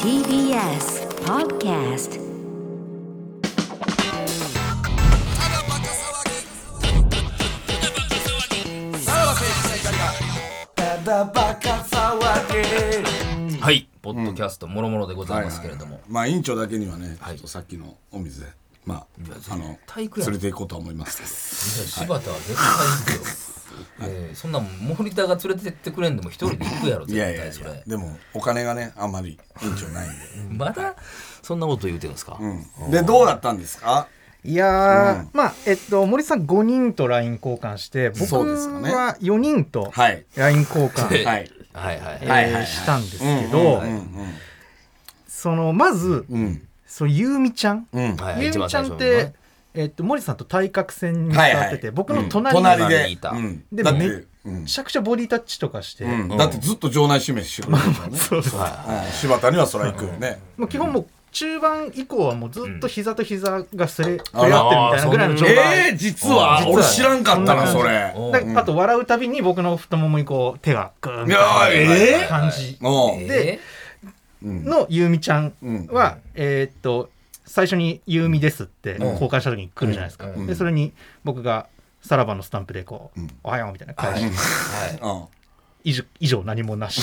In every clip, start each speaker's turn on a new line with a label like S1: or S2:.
S1: TBS Podcast
S2: はい、ポッドキャストもろもろでございますけれども、
S3: まあ委員長だけにはね、
S2: はい
S3: ちょっとさっきのお水でまああの
S2: 対
S3: 連
S2: 行くやん
S3: れて行こうとは思います
S2: いや柴田は絶対行くよ。えーそんなん森田が連れてってくれんでも一人で行くやろ
S3: け
S2: 絶
S3: どいやいやい
S2: 対それ
S3: やでもお金がねあんまり委員長ない んで、
S2: まだそんなこと言うてるんですか、
S3: うんでどうだったんですか
S4: いやー、まあ、えっと、森さん5人と LINE 交換して、僕
S3: そうですかね
S4: は4人と
S3: はい
S4: LINE 交 換、
S3: はい
S2: はいはい
S4: え
S2: はい
S3: はいはいはい
S4: ーしたんですけど
S3: うん、
S4: その、まず、
S3: うん
S4: そう、ゆうみちゃん。
S3: うん
S2: はい
S4: ゆうみちゃんって、えっと、森さんと対角線に座
S3: はいはい
S4: ってて、僕
S3: う
S4: の
S3: ん
S4: 隣に
S3: 隣
S2: 隣に
S3: で
S2: いた
S3: うん
S4: で
S3: だっ
S4: め
S3: て
S4: っ
S3: うん
S4: めちゃくちゃボディタッチとかして、
S3: うんだってずっと場内指名してくれてるからね
S4: そうです。
S2: は
S3: うん柴田にはそら行くよね
S4: もう基本もう、中盤以降はもうずっと膝と膝がすれ、触
S3: あ
S4: れ
S3: ら
S4: 合ってるみたいなぐらいの状態。
S3: えー実は
S2: 実は
S3: 俺知らんかったな
S4: そ
S3: そ
S4: ん
S3: れ
S2: おう
S4: だからあと笑うたびに僕の太ももにこう手がグーンみたい
S3: いやーえー
S4: な感じ
S3: おう
S2: い、
S4: で
S2: え
S4: のゆうみちゃんは、えーっと最初に「ゆうみです」って交換した時に来るじゃないですか、
S2: うん
S4: でそれに僕がさらばのスタンプでこう「おはよう」みたいな返し、
S2: ーは
S3: うん
S4: 以上以上何もな し
S2: い、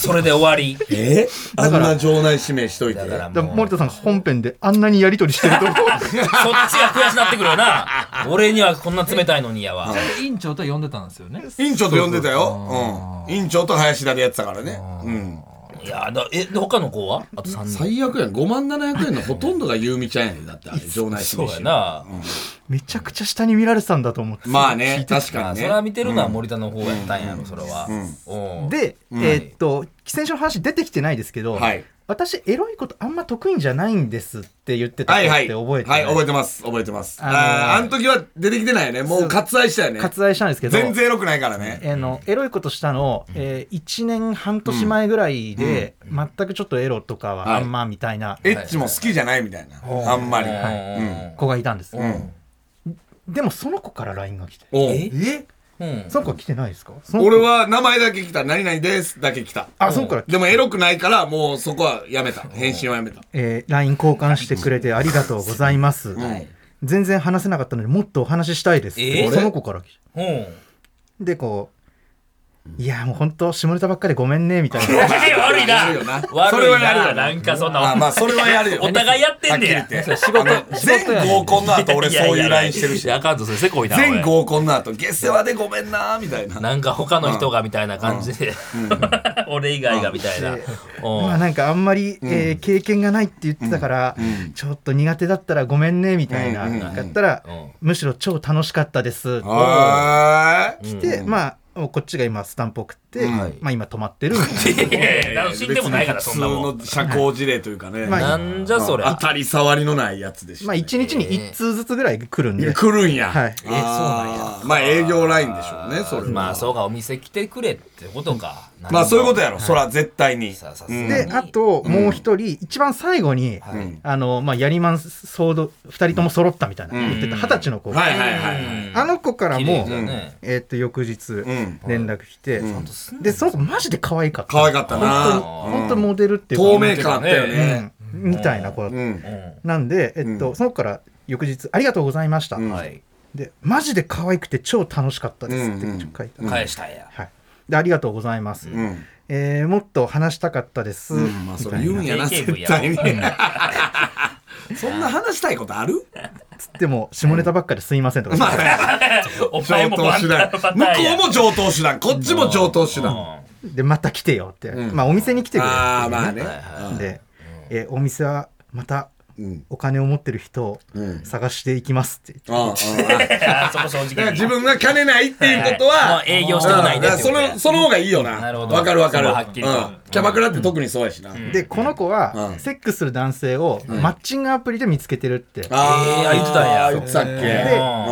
S2: それで終わり
S3: えあ
S4: だ
S3: ん
S4: から
S3: な場内指名しといて
S2: だから
S4: で
S2: もう
S4: 森田さんが本編であんなにやり取りしてると
S2: そっちが悔しなってくるよな俺にはこんな冷たいのにやわ
S5: 委員長とは呼んでたんですよね。
S3: 委員長と呼んでたよ。うん。委員長と林田でやってたからね。うん。
S2: いやだえで他の子はあと3人
S3: 最悪やん。5万700円のほとんどがゆうみちゃんやねだって、あれ、場内指
S2: そう
S3: 名
S2: や
S3: し。
S2: な、
S4: めちゃくちゃ下に見られてたんだと思って、
S3: まあね、確
S2: ま
S3: か
S2: あ
S3: に
S2: それは
S3: ね。
S2: 見てるのは森田の方やったんやろそれは、おう
S4: で、えーっと先週の話出てきてないですけど、
S3: はい
S4: 私エロいことあんま得意じゃないんですって言ってた子
S3: はい
S4: っ
S3: はい。
S4: て覚えて、
S3: はい、覚えてます。覚えてます。
S4: あのー
S3: あーあの時は出てきてないよね。もう割愛したよね。
S4: 割愛したんですけど
S3: 全然エロくないからね。
S4: あのエロいことしたの、えー、1年半年前ぐらいで、全くちょっとエロとかはあんまみたいな
S3: エッチも好きじゃないみたいな。あんまり。
S2: うん
S4: 子がいたんです、
S3: ん
S4: でもその子から LINE が来て
S3: おう
S2: えうん
S4: その子は来てないですかその子
S3: 俺は名前だけ来た。何々ですだけ来た。
S4: あその子から、
S3: でもエロくないから、もうそこはやめた。返信はやめた。
S4: えー、LINE 交換してくれてありがとうございます、全然話せなかったのにもっとお話ししたいですって、
S2: えー
S4: その子から来て
S2: うんえ
S4: でこういやもう本当下ネタばっかりごめんねみた いな
S2: 悪
S3: や
S2: いな
S3: るよなそれ
S2: 悪
S3: はいやるよ
S2: な
S3: な
S2: なんかそん
S3: まあ
S2: な
S3: まあ、それはやるよ。
S2: お互いやってんねや
S3: はっきり言って
S5: 仕事
S3: あの全合コンの後俺そういうラインしてるし
S2: いやいやいやいやあかんとそれせこいなおい
S3: 全合コンの後下世話でごめんなーみた いな
S2: なんか他の人がみたいな感じで 俺以外がみたいなおう
S4: まあなんかあんまり、えー経験がないって言ってたから、ちょっと苦手だったらごめんねみたい
S3: う
S4: な、
S3: んうんうん
S4: だったら、
S2: うん
S4: むしろ超楽しかったです
S3: はーい
S4: で、まあこっちが今スタンプ送って、
S3: ん
S4: まあ今止まってるみたい ない
S2: やいやいや死んでもないからそんなもん
S3: 普通の社交辞令というかね、
S4: まあ
S3: うん
S2: なんじゃそりゃ
S3: 当たり障りのないやつでした、
S4: まあ
S3: ね
S4: 一日に一通ずつぐらい来るんで、
S3: 来るんや、
S4: はい
S3: えそうなんやまあ営業ラインでしょうねそれは
S2: まあそう
S3: う
S2: かお店来てくれってことか
S3: まあそういうこと
S2: や
S3: やろ、そら絶対に
S2: さあさあ
S3: うん
S4: であともう一人、一番最後に、
S2: い
S4: あのまあやりまん騒動二人とも揃ったみたいな、言ってた二十歳の子、
S3: はいはいはいはい
S4: あの子から
S2: 綺麗
S4: も、
S2: だね
S4: えーっと翌日
S3: ん
S4: 連絡来て、でその子マジで可愛かった
S3: 可愛かったな
S4: 本当にモデルっていうか
S3: 透明感あったよ
S2: ね
S3: ね
S4: うんみたいな子だった、
S3: うん
S4: なんで、えっとその子から翌日「ありがとうございました」
S2: はい
S4: で「マジで可愛くて超楽しかったです」って
S3: うんうん
S4: 書いてあって、
S2: 返したんや
S4: はい、で「ありがとうございます」
S3: ん
S4: えーもっと話したかったです」
S3: うんまあそれ言うんやな
S2: AKB
S3: 絶対に そんな話したいことある
S4: つっても下ネタばっかですいません」とか、
S3: まあ
S2: お前
S3: 上
S2: も
S3: 等手段
S2: バンタ
S3: 向
S2: ンバンタンや
S3: こうも上等手段こっちも上等手段
S4: で「また来てよ」って、まあお店に来てくれって
S3: ああまあね
S4: で、えーお店はまた
S3: うん
S4: お金を持ってる人を探していきますって言って、
S3: ああああ
S2: いやそこ正直に
S3: だから 自分が金ないっていうことは
S2: はいもう営業してこないで
S3: うんだからそのその方がいいよな
S2: なるほど
S3: わかるわかる
S2: そこははっきりと
S3: うんキャバクラって特にそうやしな
S4: でこの子は、
S3: うん
S4: セックスする男性をマッチングアプリで見つけてるって、
S3: あ
S2: えー言ってたんや
S3: 言ってたっ
S2: え
S4: で、
S2: うん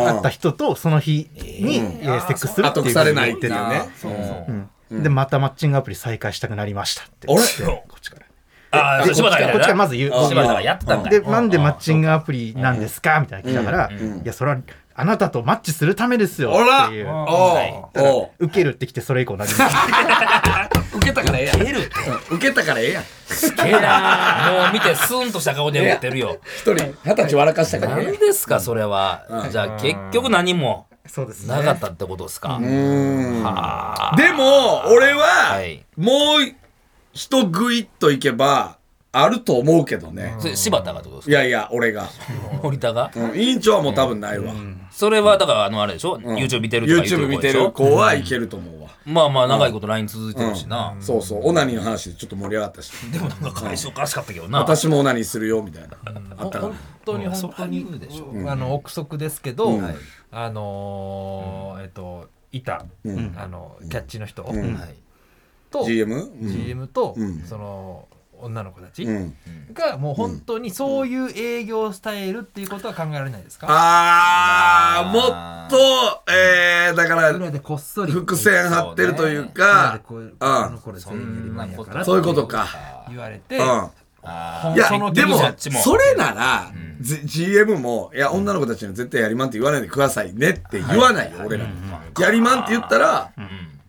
S3: け
S4: 会った人とその日に、えーセックスするって
S3: 後
S4: いう
S3: 腐れないっていう
S2: な
S3: ね
S2: そうそう
S4: で、またマッチングアプリ再開したくなりましたって。
S3: あれ
S4: こっちから。
S2: ああ
S4: でこっち
S2: 柴田
S4: か
S2: がやな
S4: らこっちからまず言う。
S2: 柴田がやってたんかい
S4: で、なんでマッチングアプリなんですかみたいな聞いたから、いや、それはあなたとマッチするためですよ
S3: おら
S4: っていう。
S3: おうおう
S4: 受けるってきてそれ以降何も
S3: 受けたからええやん
S2: 出るって
S3: 受けたからええやん
S2: すげえな。もう見てスンとした顔でやってるよ。
S3: 一人二十歳笑かしたからね
S2: 何ですかそれは。じゃあ結局何も
S4: そうですね
S2: なかったってことですか。
S3: うん
S2: はあ。
S3: でも俺は、
S2: はい
S3: もう一グイッといけばあると思うけどね、
S2: それ柴田がってこと
S3: い
S2: です
S3: やいや俺が、
S2: か。森田が。
S3: うん、委員長はもう多分ないわ、
S2: それはだからあのあれでしょ。
S3: うん
S2: YouTube 見てるとか言って
S3: YouTube
S2: る
S3: 見
S2: 子で
S3: て
S2: し
S3: る
S2: ょ。
S3: 子はいけると思うわ、
S2: まあまあ長いこと LINE 続いてるしな。
S3: そうそうオナニーの話でちょっと盛り上がったし
S2: でもなんか返しおかしかったけどな。
S3: 私もオナニーするよみたいなあったから
S5: 本当に
S2: うんそ
S5: 本
S2: れ
S5: 当
S2: は
S5: に
S2: 言うでしょ
S5: あの憶測ですけど、
S3: うん
S5: あのーえっといた、
S3: うん
S5: あのキャッチの人
S3: うん
S2: はい。
S5: と、
S3: GM? うん
S5: GM と、
S3: うん
S5: その女の子たち
S3: うん
S5: がもう本当にそういう営業スタイルっていうことは考えられないですか、
S3: あ
S2: まあ
S3: ーもっとえー、だから
S5: 裏でこっそり
S3: 伏線張ってるという
S5: 裏で
S3: か
S5: こう
S3: あ
S5: あのこれ全員やりまんやから
S3: そういうことか
S5: 言われ
S3: う
S5: て、
S3: ん
S2: あ
S3: いや
S5: その
S3: でも
S2: ギリシャっちも
S3: それなら、ぜ GM も「いや女の子たちには絶対やりまんって言わないでくださいね」って言わないよ、俺ら、やりまんって言ったら「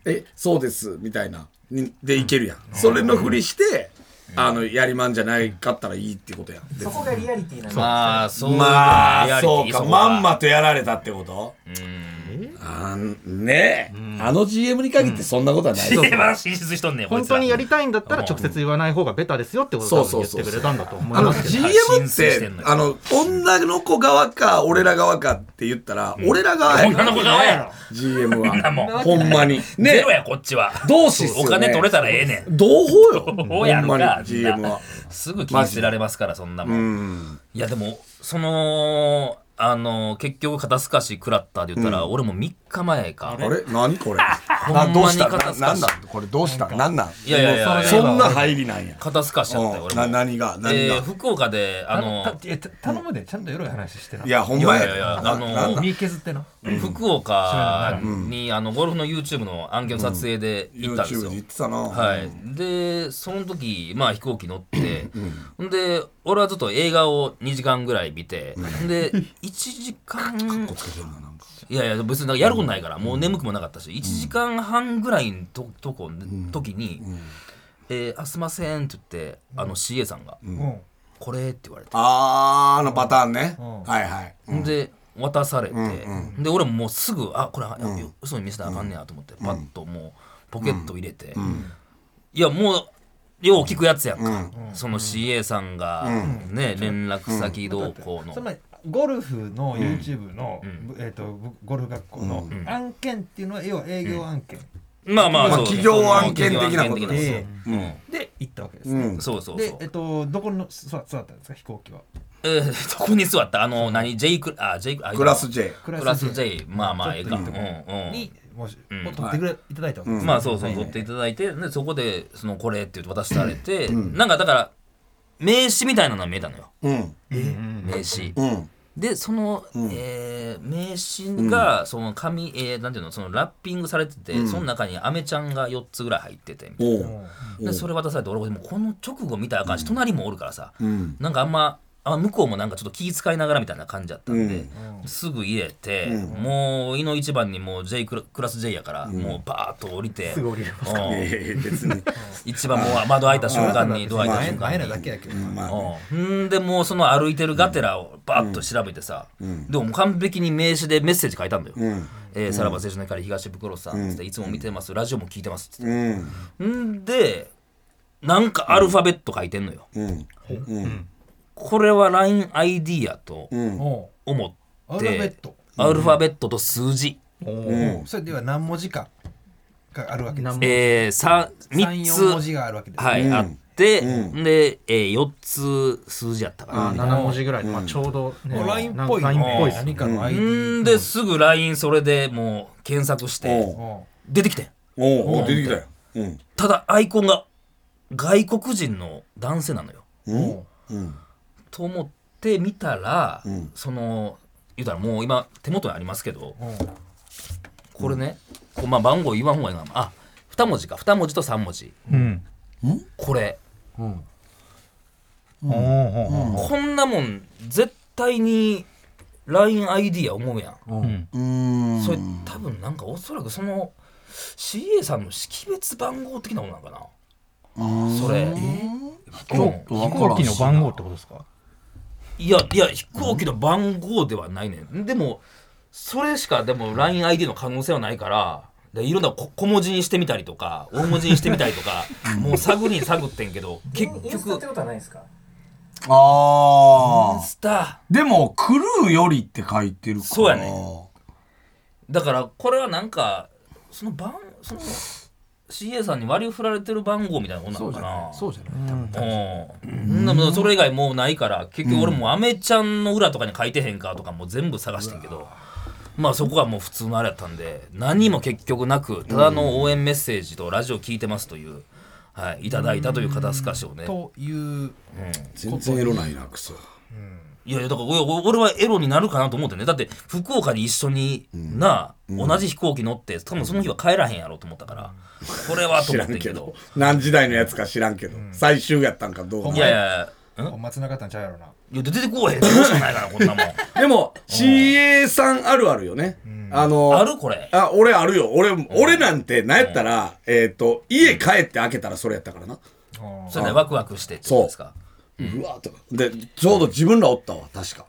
S3: えそうです」みたいなにでいけるやん、それのふりして、あのやりまんじゃないかったらいいってことやん
S1: そこがリアリティなん
S2: あ。
S1: で
S2: まあそう。
S3: まあそう
S2: リアリティ
S3: か
S2: こが
S3: まんまとやられたってことあんねえ、あの GM に限ってそんなことはないと思う
S2: 一番進出しとんねんこい
S4: 本
S2: つら
S4: 当にやりたいんだったら直接言わない方がベタですよってことを多分言ってくれたんだと思い
S3: あの
S4: ますけど
S3: GM
S2: 浸
S3: っ
S2: 水しててんのよ
S3: あの女の子側か俺ら側かって言ったら、俺ら側や
S2: 女の子側やろ
S3: GM は
S2: なもん
S3: ほんまに
S2: ゼ
S3: ね
S2: ロやこっちは
S3: 同志っすよね
S2: お金取れたらええねん
S3: 同胞よ
S2: どうやる
S3: ほんま
S2: か
S3: に GM は
S2: すぐ気にしてられますからそんなも
S3: うんん
S2: いやでもそのあの結局肩透かし食らったで言ったら、俺も3日前か
S3: あれ何これ
S2: んま
S3: あ
S2: に
S3: どうした
S2: 肩
S3: な
S2: 透
S3: な
S2: か
S3: ん
S2: し
S3: なんこれどうしたなんなん
S2: いやいやいやいや
S3: そんな入りなんや
S2: 肩透かしちゃったよ
S3: うん
S2: 俺
S3: な
S2: も
S3: 何が何
S2: え
S3: が、
S2: ー福岡であ
S5: あ
S2: の
S5: のたえた頼むでちゃんとエロい話してない
S3: やほん
S2: い
S3: ま
S2: やい
S3: や
S2: やいや
S3: な
S2: あの
S3: なんなん
S5: 身削ってな
S2: 福岡に、あのゴルフの YouTube の案件の撮影で行ったんです
S3: YouTube
S2: よ、
S3: で言ってたな
S2: はい、でその時、まあ、飛行機乗って、ほんで俺はちょっと映画を2時間ぐらい見て、で1時間いやいや別になんかやることないから、もう眠くもなかったし1時間半ぐらいのととこ、時に「えーあすいません」って言ってあの CA さんが「
S5: うん
S2: これ」って言われて、
S3: あーあのパターンね、はいはい
S2: ほんで渡されて、で俺ももうすぐ「あこれ、あ嘘に見せたらあかんねや」と思って、パッともうポケット入れて。いやもうよう聞くやつやんか、その CA さんがね、連絡先どうこうの、
S5: つまりゴルフの YouTube の、えっとゴルフ学校の案件っていうのは要は営業案件
S2: まあまあ
S3: まあ
S2: そう
S3: 企業案件的なことです
S2: 企
S5: で
S2: 業案件的な
S3: うん
S5: で行ったわけです
S3: う
S5: ね。
S3: ん
S2: そうそうそう
S5: でえっとどこの座座ったんですか飛行機は。
S2: えーどこに座ったあの何 J クあ J あ
S3: クラス J
S5: ク
S2: クラス J まあまあええか
S5: ちょっといいと
S2: うんうん
S5: にもし
S2: うん
S5: を取ってくれいただいたわけですね。
S2: まあそうそう、
S5: はい
S2: 取っていただいてでそこでそのこれって言って渡されて、なんかだから名刺みたいなのは見えたのよ
S3: うん
S2: 名刺、
S3: うん
S2: でその、えー名刺がその紙、えーなんていうのそのラッピングされてて、その中にアメちゃんが4つぐらい入っててみたい
S3: お
S5: う
S3: うん
S2: なでそれ渡されて俺もうこの直後見たらあかんし、隣もおるからさ、
S3: うん
S2: なんかあんまあ向こうもなんかちょっと気遣いながらみたいな感じだったんで、すぐ入れて、もう井の一番にもう J クラクラス J やから、もうバーッと降りて
S4: すぐ降りれます
S2: う
S3: い
S2: ん
S3: やいや別に
S2: 一番もう窓開いた瞬間にドア開いた瞬間
S5: 前
S2: に
S5: なだけやけど。
S3: まあね
S2: うんでもうその歩いてるがてらをバーッと調べてさ、でも完璧に名刺でメッセージ書いたんだよ「
S3: うん
S2: えーさらば青春の光東袋さん」っつって「いつも見てますラジオも聞いてます」っつ
S3: う
S2: っ
S3: ん
S2: てんでなんかアルファベット書いてんのよ、
S3: うんうん
S2: これは LINEID やと
S3: うん
S5: お
S2: 思って
S5: アルファベット。
S2: アルファベットと数字、
S3: うん
S5: それでは何文字かがあるわけです。
S2: えー、さ
S5: 三
S2: 3
S5: 四文
S2: つ
S5: 字があるわけです。
S2: はい、
S3: うん
S2: あって、
S3: うん
S2: で、えー、4つ数字やったかな、
S4: 7文字ぐらい、まあ、ちょうど、ね
S5: もう LINE
S4: な
S5: っ
S4: ん
S5: ぽい
S4: か LINE っぽいですね
S5: 何かの ID
S2: うんですぐ LINE それでもう検索して
S3: おう
S2: 出てきてん
S3: おうおう出てきたようん
S2: ただアイコンが外国人の男性なのよ
S3: うんうん
S2: と思って見たら、
S3: ん
S2: その言うたらもう今手元にありますけど、これねこうまあ番号言わん方がいいなあ二文字か二文字と三文字
S5: うん。
S2: これ
S5: おお。
S2: こんなもん絶対に LINEID や思うやん
S5: うん。
S3: うん
S2: それ多分なんかおそらくその CA さんの識別番号的なものなんかなそれ
S4: 飛
S3: とわからん
S4: 行機の番号ってことですか
S2: いやいや飛行機の番号ではないねんでもそれしかでも LINEID の可能性はないからでいろんなこ小文字にしてみたりとか大文字にしてみたり とかもう探りに探ってんけど結
S1: インスタっ
S2: 局
S1: てことはないですか
S2: イン
S3: ああ。
S2: スタ
S3: でも、クルーよりって書いてるから。
S2: そうやねだからこれはなんかその番その CA さんに割り振られてる番号みたいなもんな
S6: そ
S2: の
S6: うじ
S2: か
S6: ゃない
S2: な
S6: そうじゃない多分
S2: うん、でもそれ以外もうないから結局俺もうアメちゃんの裏とかに書いてへんかとかもう全部探してんけどまあそこはもう普通のあれやったんで何も結局なくただの応援メッセージとラジオ聞いてますという、はい、いただいたという肩透かしをね
S6: という
S3: 全然エロないな、クソ。
S2: いやいやだからおお俺はエロになるかなと思ってねだって福岡に一緒になあ、同じ飛行機乗って多分その日は帰らへんやろうと思ったから、これはと
S3: 知
S2: 思
S3: ら
S2: って
S3: ん
S2: んけ
S3: け
S2: ど
S3: ど。何時代のやつか知らんけど。最終やったんかどうか
S2: いやいやん
S5: お前繋がったんちゃうやろな。
S2: いや出てこうへんどうしようもないからこんなもん
S3: でも、CA さんあるあるよね。 あの、
S2: あるこれ
S3: あ、俺あるよ。俺、俺なんて、なんやったら、えっ、と、家帰って開けたらそれやったからな。
S2: それでワクワクしてってことですか
S3: うわーとか。で、ちょうど自分らおったわ、確か。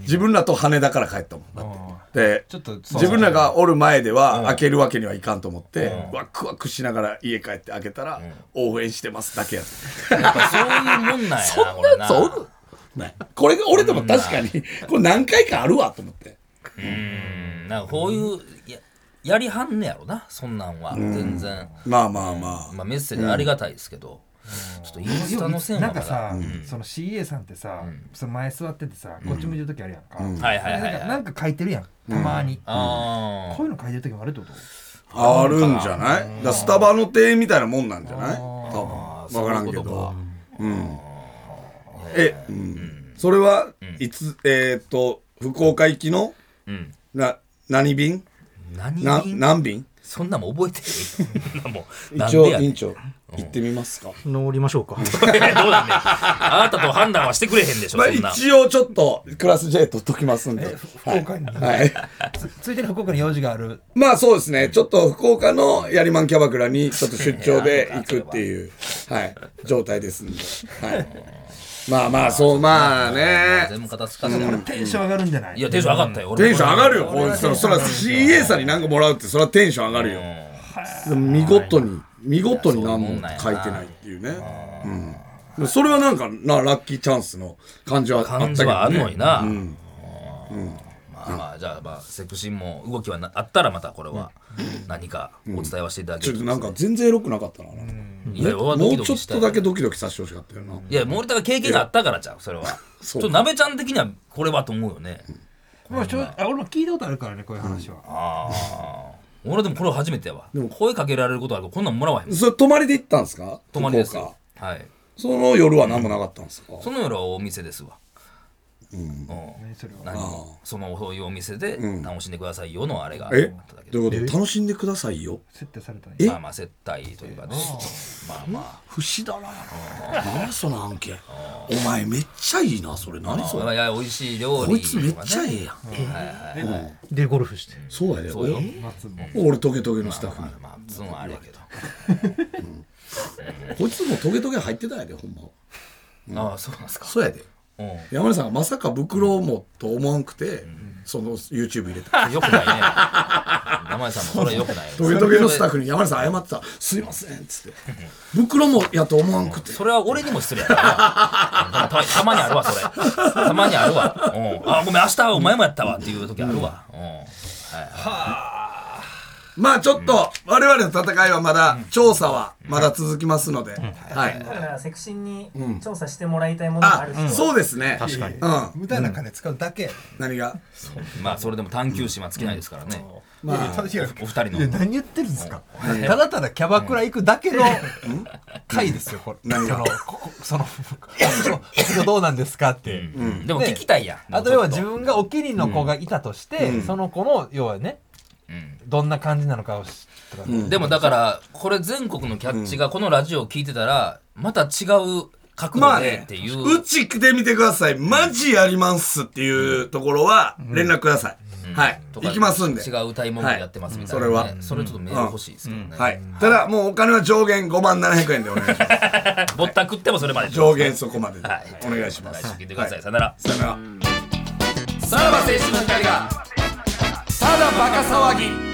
S3: 自分らと羽田から帰ったもん。だって。で、
S5: ちょっとそう
S3: 自分らがおる前では開けるわけにはいかんと思って、ワクワクしながら家帰って開けたら、応援してますだけやった。
S2: やっぱそういうもんなんやなこれな
S3: そうおるねこれが俺でも確かに、これ何回かあるわと思って。
S2: うんなんかこういうややりはんねやろなそんなんは全然
S3: まあまあま
S2: まあメッセージありがたいですけどちょっとインスタの線
S5: な
S2: は
S5: んか
S2: まだ
S5: さ、その CA さんってさ、その前座っててさ、こっち向いてる時あるやんか。
S2: はいはいはいはい
S5: なんかなんか書いてるやん、たまに。
S2: あ
S5: こういうの書いてる時もあるってこと
S3: あ、あるんじゃないだからスタバの店員みたいなもんなんじゃない多分。わからんけ
S2: そういうこ
S3: ど。うん。え、うんそれはいつ、えっと、福岡行きの
S2: ーうん
S3: な、何便
S2: 何
S3: な
S2: 便
S3: 何便
S2: そんなんも覚えてへんそんなもんなん
S3: 一
S2: で
S3: 応、
S2: やね
S3: 委
S2: ん
S3: 員長、行ってみますか。
S4: 乗りまし ょうか
S2: どうなんねん あなたと判断はしてくれへんでしょ
S3: まあ
S2: そんな
S3: 一応ちょっと、クラス J 取っときますんで。
S5: 福岡に
S3: はい。
S5: つついてる福岡に用事がある
S3: まあそうですね。ちょっと福岡のやりまんキャバクラにちょっと出張で行くって いう、はい、状態ですんで。 はい。まあまあ、そう、まあね。
S2: 全部片付かせてもらって
S5: テンション上がるんじゃない
S2: いやテンション上がったよ俺も
S3: テンション上がるよ。こうそら、そら CA さんに何かもらうって、そらテンション上がるよ。でも見事に、見事に何も書いてないっていうね。うんでも。それはなんか、な、ラッキーチャンスの感じはあったけど、ね。
S2: 感じはあるのにな、
S3: うん。
S2: まあまあじゃあまあセクシーも動きはなあったらまたこれは何かお伝えはしていただけ
S3: ちょ
S2: る
S3: っ
S2: と
S3: となんか全然エロくなかったな。
S2: いや
S3: も
S2: も
S3: うちょっとだけドキドキさせてほしかったよな。
S2: いや森田が経験があったからじゃんそれはち
S3: そ
S2: ょ
S3: う
S2: っと鍋ちゃん的にはこれはと思うよね
S5: まあちょあ俺も聞いたことあるからねこういう話は、
S2: ああ俺でもこれ初めてやわでも声かけられることあるとこんなんもらわへん
S3: それ泊まりで行ったんですか
S2: 泊まりです
S3: 福岡
S2: よはい
S3: その夜は何もなかったんですか、
S2: その夜はお店ですわうん
S5: 何それは
S2: 何もそのそういうお店で楽しんでくださいよのあれがあっ
S3: え
S2: ただけ
S3: どう
S2: で
S3: いうこと楽しんでくださいよ。
S5: 接待されたんや
S3: え
S2: まあまあ接待というかねまあまあ
S6: 不死だな何その案件お前めっちゃいいなそれ何そ
S2: まあ
S6: れ
S2: いや美味しい料理
S6: こいつめっ
S2: とかね
S6: ちゃええやん
S4: でゴルフして
S3: そうやで、
S2: そうよ
S5: 松も
S3: 俺トゲトゲのスタッフに。
S2: まあズンはあれやけど
S3: こいつもトゲトゲ入ってたやで、ほんま。
S2: ああそうなんですか
S3: そうやで。
S2: うん
S3: 山根さんがまさか袋をもと思わんくて、その YouTube 入れた。
S2: よくないね名前さんもそれよくない
S3: トゲトゲのスタッフに山根さん謝ってた。すいません、つって。袋もやと思わんくて。
S2: それは俺にも失礼やなたたたまにあるわそれたまにあるわ、うん、あごめん明日はお前もやったわっていう時あるわ、うんはい
S3: まあちょっと、我々の戦いはまだ、調査はまだ続きますので。はい。
S1: だからセクシンに調査してもらいたいものがあ
S3: あ
S1: る人、、
S3: そうですね。確かに。うん。
S5: 無駄な金使うだけ、
S3: 何が
S2: まあそれでも探求心は尽きないですからね、
S5: まあ、いやいや
S2: お二人の
S5: いや何言ってるんですか、ただただキャバクラ行くだけの回ですよこれそ
S3: 何が
S5: のここそのそのどうなんですかって、
S2: でも聞きたいやん
S6: あと要は自分がお気に入りの子がいたとして、その子の要はね、どんな感じなのかを知とか、
S2: でもだからこれ全国のキャッチがこのラジオを聞いてたらまた違う角
S3: ま
S2: 度
S3: あ
S2: で
S3: ね
S2: っ、ていう、
S3: うち来てみてください。マジやりますっていうところは連絡ください。はい
S2: と。か
S3: 行きますんで
S2: 違。う歌いものやってますみたいな、ね
S3: はいうんそれは
S2: それちょっとメール欲しいですけどね、
S3: はい。ただ、もうお金は上限5万700円でお願い します。
S2: ぼったくってもそれまで
S3: 上限そこまでで
S2: はい
S3: お願いします。
S2: 来週聞いてくださ、
S3: はい
S2: さよなら
S3: さよなら。
S2: さらば青春の光がただバカ騒ぎ